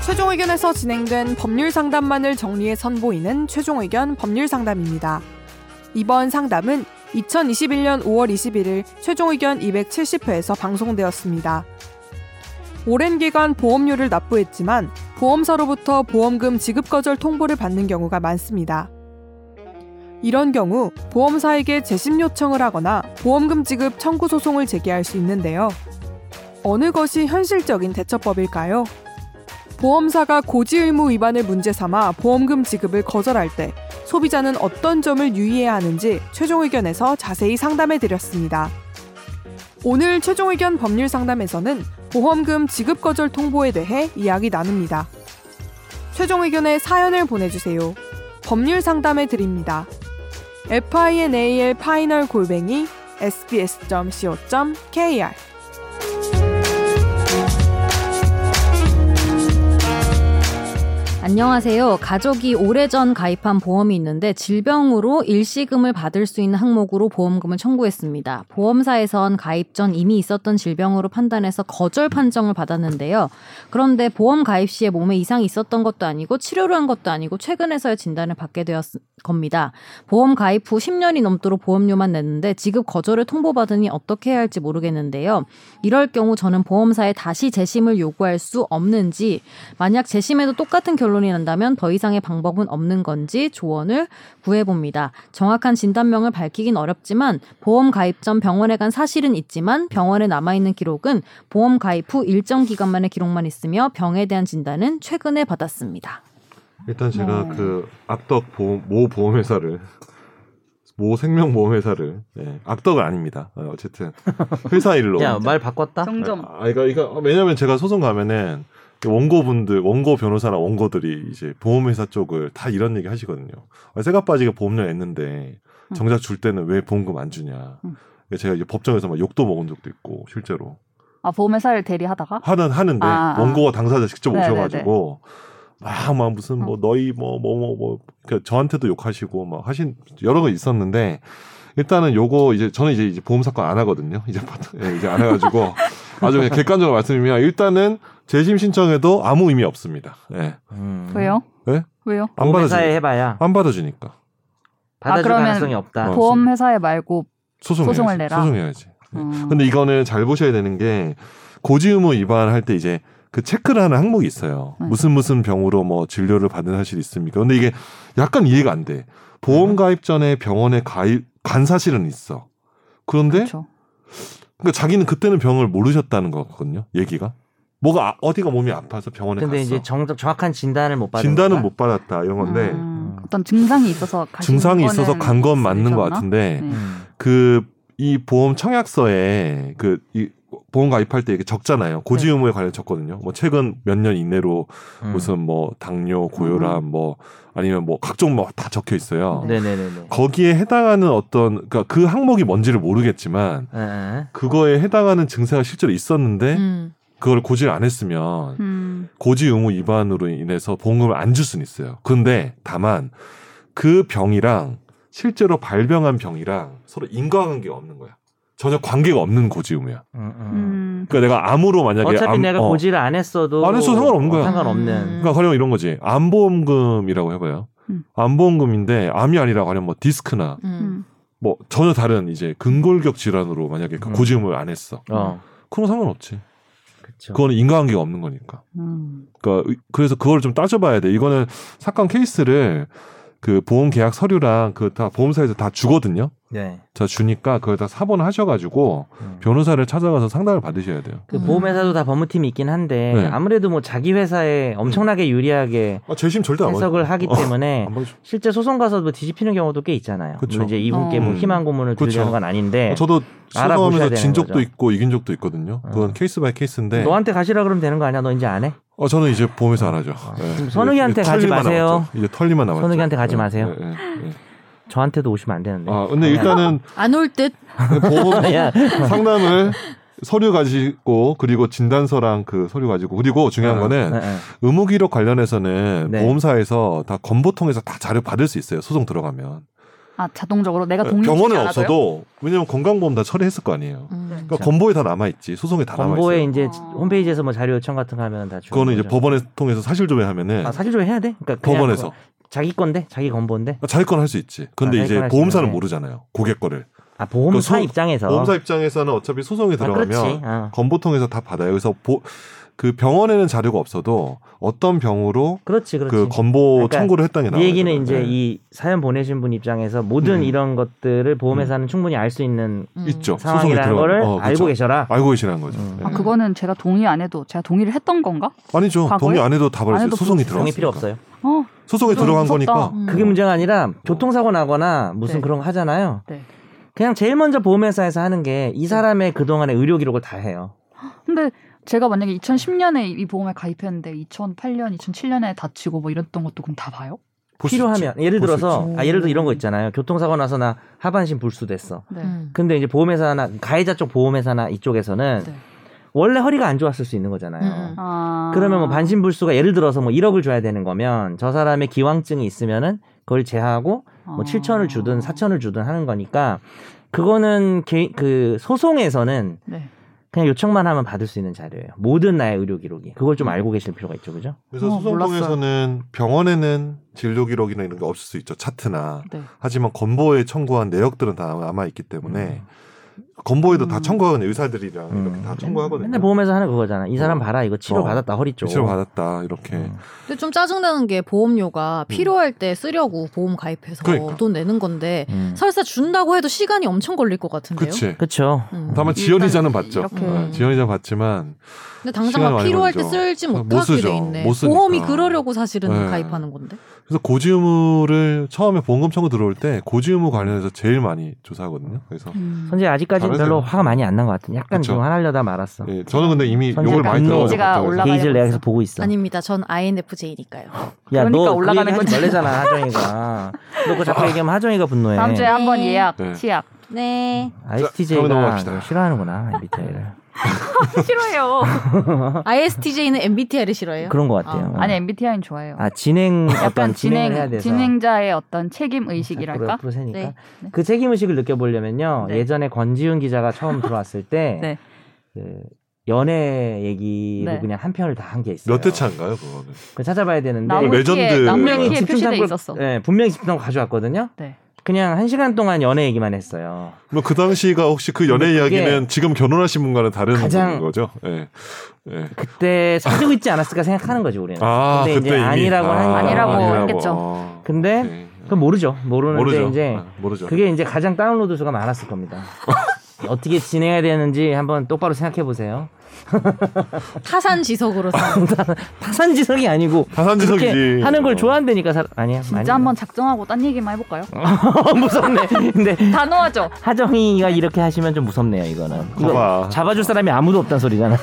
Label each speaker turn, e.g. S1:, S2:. S1: 수원에서 진행된 법률 상담만을 정리해 선보이는 최종 의견 법률 상담입니다. 이번 상담은 2021년 5월 21일 최종 의견 270회에서 방송되었습니다. 오랜 기간 보험료를 납부했지만 보험사로부터 보험금 지급 거절 통보를 받는 경우가 많습니다. 이런 경우 보험사에게 재심 요청을 하거나 보험금 지급 청구 소송을 제기할 수 있는데요. 어느 것이 현실적인 대처법일까요? 보험사가 고지 의무 위반을 문제 삼아 보험금 지급을 거절할 때 소비자는 어떤 점을 유의해야 하는지 최종 의견에서 자세히 상담해 드렸습니다. 오늘 최종 의견 법률 상담에서는 보험금 지급 거절 통보에 대해 이야기 나눕니다. 최종 의견의 사연을 보내주세요. 법률 상담해 드립니다. final 파이널 골뱅이 sbs.co.kr
S2: 안녕하세요. 가족이 오래전 가입한 보험이 있는데 질병으로 일시금을 받을 수 있는 항목으로 보험금을 청구했습니다. 보험사에선 가입 전 이미 있었던 질병으로 판단해서 거절 판정을 받았는데요. 그런데 보험 가입 시에 몸에 이상이 있었던 것도 아니고 치료를 한 것도 아니고 최근에서야 진단을 받게 되었 겁니다. 보험 가입 후 10년이 넘도록 보험료만 냈는데 지급 거절을 통보받으니 어떻게 해야 할지 모르겠는데요. 이럴 경우 저는 보험사에 다시 재심을 요구할 수 없는지 만약 재심에도 똑같은 결론이 난다면 더 이상의 방법은 없는 건지 조언을 구해봅니다. 정확한 진단명을 밝히긴 어렵지만 보험 가입 전 병원에 간 사실은 있지만 병원에 남아있는 기록은 보험 가입 후 일정 기간만의 기록만 있으며 병에 대한 진단은 최근에 받았습니다.
S3: 일단 제가
S2: 네.
S3: 그 악덕 보험, 모 보험회사를 모 생명보험회사를 예, 악덕은 아닙니다. 어, 어쨌든 회사 일로.
S4: 음.
S5: 야 말 바꿨다.
S4: 정정.
S3: 아, 그러니까, 이거- 왜냐면 제가 소송 가면은 원고분들, 원고 변호사나 원고들이 이제 보험회사 쪽을 다 이런 얘기 하시거든요. 아, 새가 빠지게 보험료 냈는데
S4: 음.
S3: 정작 줄 때는 왜 보험금 안 주냐.
S4: 음.
S3: 제가 이제 법정에서 막 욕도 먹은 적도 있고 실제로
S4: 아 보험회사를 대리하다가
S3: 하는 하는데
S4: 아, 아.
S3: 원고가 당사자 직접
S4: 네네네. 음.
S3: 오셔가지고 막 막 무슨 뭐 너희 뭐 뭐 뭐뭐 그러니까 저한테도 욕하시고 막 하신 여러 거 있었는데 일단은 요거 이제 저는 이제, 이제 보험 사건 안 하거든요 이제 바- 예, 이제 안 해가지고 아주 그냥 객관적으로 말씀드리면 일단은 재심 신청에도 아무 의미 없습니다. 예.
S5: 음.
S4: 왜요?
S3: 네?
S4: 왜요?
S3: 안
S5: 보험회사에
S3: 받아주니
S5: 해봐야
S3: 안 받아주니까
S5: 받아줄
S4: 그러면-
S5: 가능성이 없다.
S3: 어.
S4: 보험회사에 말고.
S3: 소송해야지.
S4: 소송을 내라.
S3: 소송해야지. 예.
S4: 음.
S3: 근데 이거는 잘 보셔야 되는 게 고지의무 위반할 때 이제 그 체크를 하는 항목이 있어요.
S4: 네.
S3: 무슨 무슨 병으로 뭐 진료를 받은 사실이 있습니까? 근데 이게 약간 이해가 안 돼. 보험 가입 전에 병원에 가입 간 사실은 있어. 그런데
S4: 그렇죠.
S3: 그러니까 자기는 그때는 병을 모르셨다는 거거든요. 얘기가 뭐가 아- 어디가 몸이 아파서 병원에
S5: 근데
S3: 갔어.
S5: 이제 정, 정확한 진단을 못 받는
S3: 진단은
S5: 거야?
S3: 못 받았다 이런 건데
S4: 음, 어떤 증상이 있어서 가신
S3: 증상이 있어서
S4: 거는
S3: 간 건 맞는 것
S4: 있으셨나?
S3: 같은데
S4: 네.
S5: 음.
S3: 그 이 보험 청약서에 그 이 보험 가입할 때 이게 적잖아요. 고지
S5: 네.
S3: 의무에 관련 적거든요. 뭐 최근 몇 년 이내로
S5: 음.
S3: 무슨 뭐 당뇨, 고혈압 뭐 아니면 뭐 각종 뭐 다 적혀 있어요.
S5: 네네네네.
S3: 거기에 해당하는 어떤 그러니까 그 항목이 뭔지를 모르겠지만
S5: 예, 예.
S3: 그거에 해당하는 증세가 실제로 있었는데
S2: 음.
S3: 그걸 고지를 안 했으면
S4: 음,
S3: 고지 의무 위반으로 인해서 보험금을 안 줄 수는 있어요. 근데 다만 그 병이랑 실제로 발병한 병이랑 서로 인과관계가 없는 거야. 전혀 관계가 없는 고지 의무야.
S5: 음, 음.
S4: 음.
S3: 그러니까 내가 암으로 만약에
S5: 어차피
S3: 암-
S5: 내가
S3: 어,
S5: 고지를 안 했어도
S3: 안 했어도 상관없는
S5: 어,
S3: 거야.
S5: 상관없는.
S3: 그러니까 가령 이런 거지. 암보험금이라고 해봐요.
S4: 음.
S3: 암보험금인데 암이 아니라 가령 뭐 디스크나
S2: 음.
S4: 음.
S3: 뭐 전혀 다른 이제 근골격 질환으로 만약에 그
S5: 음.
S3: 고지 의무를 안 했어.
S5: 어,
S3: 그럼 상관없지. 음.
S5: 그렇죠.
S3: 그거는 인과관계가 없는 거니까.
S4: 음.
S3: 그러니까 의- 그래서 그걸 좀 따져봐야 돼. 이거는 사건 케이스를 그 보험 계약 서류랑 그 다 보험사에서 다 주거든요.
S5: 네.
S3: 자 주니까 그걸 다 사본 하셔가지고
S5: 음.
S3: 변호사를 찾아가서 상담을 받으셔야 돼요.
S5: 그 보험회사도 다 법무팀이 있긴 한데
S3: 네.
S5: 아무래도 뭐 자기 회사에 엄청나게 유리하게
S3: 아, 재심 절대 안
S5: 해석을
S3: 받-
S5: 하기
S3: 어,
S5: 때문에
S3: 안 받아줘.
S5: 실제 소송 가서 뭐 뒤집히는 경우도 꽤 있잖아요.
S3: 그쵸.
S5: 물론 이제 이분께 뭐
S3: 음.
S5: 희망 고문을
S3: 그쵸.
S5: 드리는 건 아닌데
S3: 어, 저도
S5: 예. 알아보셔야
S3: 소송하면서 진
S5: 되는
S3: 적도
S5: 거죠.
S3: 있고 이긴 적도 있거든요. 그건
S5: 어.
S3: 케이스 바이 케이스인데.
S5: 너한테 가시라 그러면 되는 거 아니야? 너 이제 안 해?
S3: 어, 저는 이제 보험에서 안 하죠. 예.
S5: 그럼 선욱이한테
S3: 이제
S5: 아, 가지
S3: 털리만
S5: 마세요.
S3: 남았죠. 이제 털리만 남았죠.
S5: 선욱이한테 가지
S3: 예,
S5: 마세요. 네.
S3: 예, 예, 예.
S5: 저한테도 오시면 안 되는데. 아,
S3: 아, 근데 일단은
S2: 안올 듯.
S3: 보험
S5: 야,
S3: 상담을 서류 가지고 그리고 진단서랑 그 서류 가지고 그리고 중요한
S5: 예,
S3: 거는
S5: 예.
S3: 의무 기록 관련해서는
S5: 네.
S3: 보험사에서 다 건보 통해서 다 자료 받을 수 있어요. 소송 들어가면. 예,
S4: 아 자동적으로 내가 독립
S3: 병원은 없어도 왜냐면 건강보험 다 처리했을 거 아니에요.
S2: 음.
S3: 그러니까 건보에 다 남아 있지 소송에 다 남아
S5: 그렇죠. 건보에
S3: 있어요.
S5: 이제
S4: 아.
S5: 홈페이지에서 뭐 자료 요청 같은 거 하면 다 주는
S3: 그거는 이제
S5: 거죠.
S3: 법원에 통해서 사실 조회하면은
S5: 아, 사실 좀 해야 돼? 그러니까 그냥
S3: 법원에서 그러니까
S5: 그거 자기 건데 자기 건보인데
S3: 자기 건 할 수 있지. 근데
S5: 아, 자기
S3: 이제
S5: 건할수
S3: 보험사는
S5: 있는데.
S3: 모르잖아요. 고객 거를.
S5: 아 보험사
S3: 소-
S5: 입장에서
S3: 보험사 입장에서는 어차피 소송에
S5: 아, 그렇지.
S3: 들어가면
S5: 아.
S3: 건보 통해서 다 받아요. 그래서 보, 그 병원에는 자료가 없어도 어떤 병으로
S5: 그렇지 그렇지.
S3: 그 건보
S5: 그러니까
S3: 청구를 했다는 게
S5: 이
S3: 나와요.
S5: 얘기는 이제
S3: 네.
S5: 이 사연 보내신 분 입장에서 모든
S3: 음.
S5: 이런 것들을 보험회사는 충분히 알 수 있는
S2: 음.
S3: 네. 있죠. 소송에
S5: 상황이라는
S3: 들어가
S5: 거를
S3: 어,
S5: 알고
S3: 그쵸.
S5: 계셔라.
S3: 알고 계시라는 거죠.
S5: 음.
S3: 네.
S4: 아 그거는 제가 동의 안 해도 제가 동의를 했던 건가?
S3: 아니죠.
S4: 과거에?
S3: 동의 안 해도 다
S4: 안
S3: 받을 수
S4: 해도 그
S3: 소송이 들어.
S5: 정이 필요 없어요.
S4: 어
S3: 소송에
S4: 그럼
S3: 들어간
S4: 무섭다.
S3: 거니까.
S2: 음.
S5: 그게 문제가 아니라 교통사고 나거나 무슨
S4: 네.
S5: 그런 거 하잖아요.
S4: 네.
S5: 그냥 제일 먼저 보험회사에서 하는 게
S3: 네.
S5: 이 사람의 그동안의 의료 기록을 다 해요.
S4: 근데 제가 만약에 2010년에 이 보험에 가입했는데 2008년, 2007년에 다치고 뭐 이랬던 것도 그럼 다 봐요?
S3: 볼수
S5: 필요하면
S3: 있지.
S5: 예를
S3: 볼수
S5: 들어서
S3: 있지. 음.
S5: 아, 예를 들어 이런 거 있잖아요. 교통사고 나서 나 하반신 불수됐어.
S4: 네.
S2: 음.
S5: 근데 이제 보험회사나 가해자 쪽 보험회사나 이쪽에서는
S4: 네.
S5: 원래 허리가 안 좋았을 수 있는 거잖아요.
S2: 음, 음.
S4: 아...
S5: 그러면 뭐 반신불수가 예를 들어서 뭐 1억을 줘야 되는 거면 저 사람의 기왕증이 있으면은 그걸 제하고
S4: 어.
S5: 뭐 7천을 주든 4천을 주든 하는 거니까 그거는 개, 그 소송에서는
S4: 네.
S5: 그냥 요청만 하면 받을 수 있는 자료예요. 모든 나의 의료 기록이. 그걸
S3: 음.
S5: 좀 알고 계실 필요가 있죠. 그죠?
S3: 그래서
S4: 어,
S3: 소송
S4: 몰랐어요.
S3: 통해서는 병원에는 진료 기록이나 이런 게 없을 수 있죠. 차트나.
S4: 네.
S3: 하지만 건보에 청구한 내역들은 다 남아 있기 때문에 건보에도 다
S4: 음. 뭐
S3: 청구하는 의사들이랑
S5: 음.
S3: 이렇게 다 청구하거든요.
S5: 맨날 보험에서 하는 그거잖아. 이 사람 봐라. 이거 치료
S3: 어.
S5: 받았다. 허리 쪽.
S3: 치료 받았다 이렇게.
S5: 음.
S2: 근데 좀 짜증나는 게 보험료가 필요할 때 쓰려고 보험 가입해서
S3: 음. 그러니까.
S2: 돈 내는 건데
S5: 음.
S2: 설사 준다고 해도 시간이 엄청 걸릴 것 같은데요.
S3: 그치.
S5: 그쵸.
S2: 음.
S3: 다만 지연이자는 받죠.
S4: 이렇게.
S3: 네, 지연이자 받지만
S2: 근데 당장
S3: 시간을
S2: 막
S3: 많이
S2: 필요할 때
S3: 걸리죠.
S2: 쓸지
S3: 못
S2: 못하게
S3: 쓰죠.
S2: 돼 있네.
S3: 못 쓰니까.
S2: 보험이 그러려고 사실은
S3: 네.
S2: 가입하는 건데.
S3: 그래서 고지의무를 처음에 보험금 청구 들어올 때 고지의무 관련해서 제일 많이 조사하거든요. 그래서
S5: 선재 아직까지 는
S3: 잘하세요.
S5: 별로 화가 많이 안 난 것 같은. 약간
S3: 그쵸.
S5: 좀 화나려다 말았어.
S3: 예, 저는 근데 이미
S5: 아, 선제
S3: 욕을 많이
S5: 약간
S3: 들어서
S5: 이미지가
S3: 걱정해서.
S4: 올라가-
S5: 게이지를 내가
S4: 올라가야
S5: 계속 보고 있어.
S2: 아닙니다. 전 INFJ니까요.
S5: 야,
S4: 그러니까
S5: 너그
S4: 올라가는
S5: 얘기 하지
S4: 거지.
S5: 말래잖아, 하정이가. 너 그거
S3: 어.
S5: 자꾸 얘기하면 하정이가 분노해.
S4: 다음 주에 한 번
S2: 네.
S4: 예약,
S3: 네.
S4: 치약.
S2: 네.
S3: 자, 그럼
S5: ISTJ가
S3: 넘어갑시다.
S5: 싫어하는구나, MBTI를.
S4: 아, 싫어해요.
S2: ISTJ는 MBTI를 싫어해요.
S5: 그런 것 같아요.
S4: 아니 MBTI는 좋아해요.
S5: 아, 진행,
S4: 약간
S5: 어떤 진행을 해야
S4: 진행
S5: 돼서.
S4: 진행자의 어떤 책임 의식이랄까?
S5: 앞으로 세니까.
S2: 네.
S5: 그 책임 의식을 느껴보려면요.
S4: 네.
S5: 예전에 권지윤 기자가 처음 들어왔을 때
S4: 네.
S5: 그 연애 얘기로
S4: 네.
S5: 그냥 한 편을 다 한 게 있어요.
S3: 몇 대 차인가요 그거는?
S5: 그 찾아봐야 되는데
S3: 나무- 레전드. 분명히
S4: 나무위에
S3: 뒤에
S4: 표시돼
S5: 참고를-
S4: 있었어.
S5: 네, 분명히 집탐 가져왔거든요.
S4: 네.
S5: 그냥 한 시간 동안 연애 얘기만 했어요.
S3: 뭐 그 당시가 혹시 그 연애
S5: 근데 그게
S3: 이야기는 지금 결혼하신 분과는 다른
S5: 가장-
S3: 거죠? 예. 예.
S5: 그때 사귀고 있지 않았을까 생각하는 거지 우리는.
S3: 아,
S5: 근데 이제
S3: 그때 이미-
S5: 아니라고 하니까.
S4: 아니라고
S3: 아니라고.
S4: 했겠죠.
S3: 아,
S5: 근데
S3: 오케이.
S5: 그건 모르죠. 모르는데
S3: 모르죠.
S5: 이제
S3: 아, 모르죠.
S5: 그게 이제 가장 다운로드 수가 많았을 겁니다. 어떻게 진행해야 되는지 한번 똑바로 생각해 보세요.
S2: 타산 지석으로서
S5: 타산지석이 아니고
S3: 타산지석이지.
S5: 그렇게 하는 걸
S3: 어.
S5: 좋아한다니까 사... 아니야.
S4: 진짜
S5: 아니야. 어,
S4: 한번 작정하고 딴 얘기만 해볼까요?
S5: 무섭네. 근데
S4: 단호하죠.
S5: 하정이가 이렇게 하시면 좀 무섭네요. 이거는. 이거
S3: 봐봐.
S5: 잡아줄 사람이 아무도 없단 소리잖아.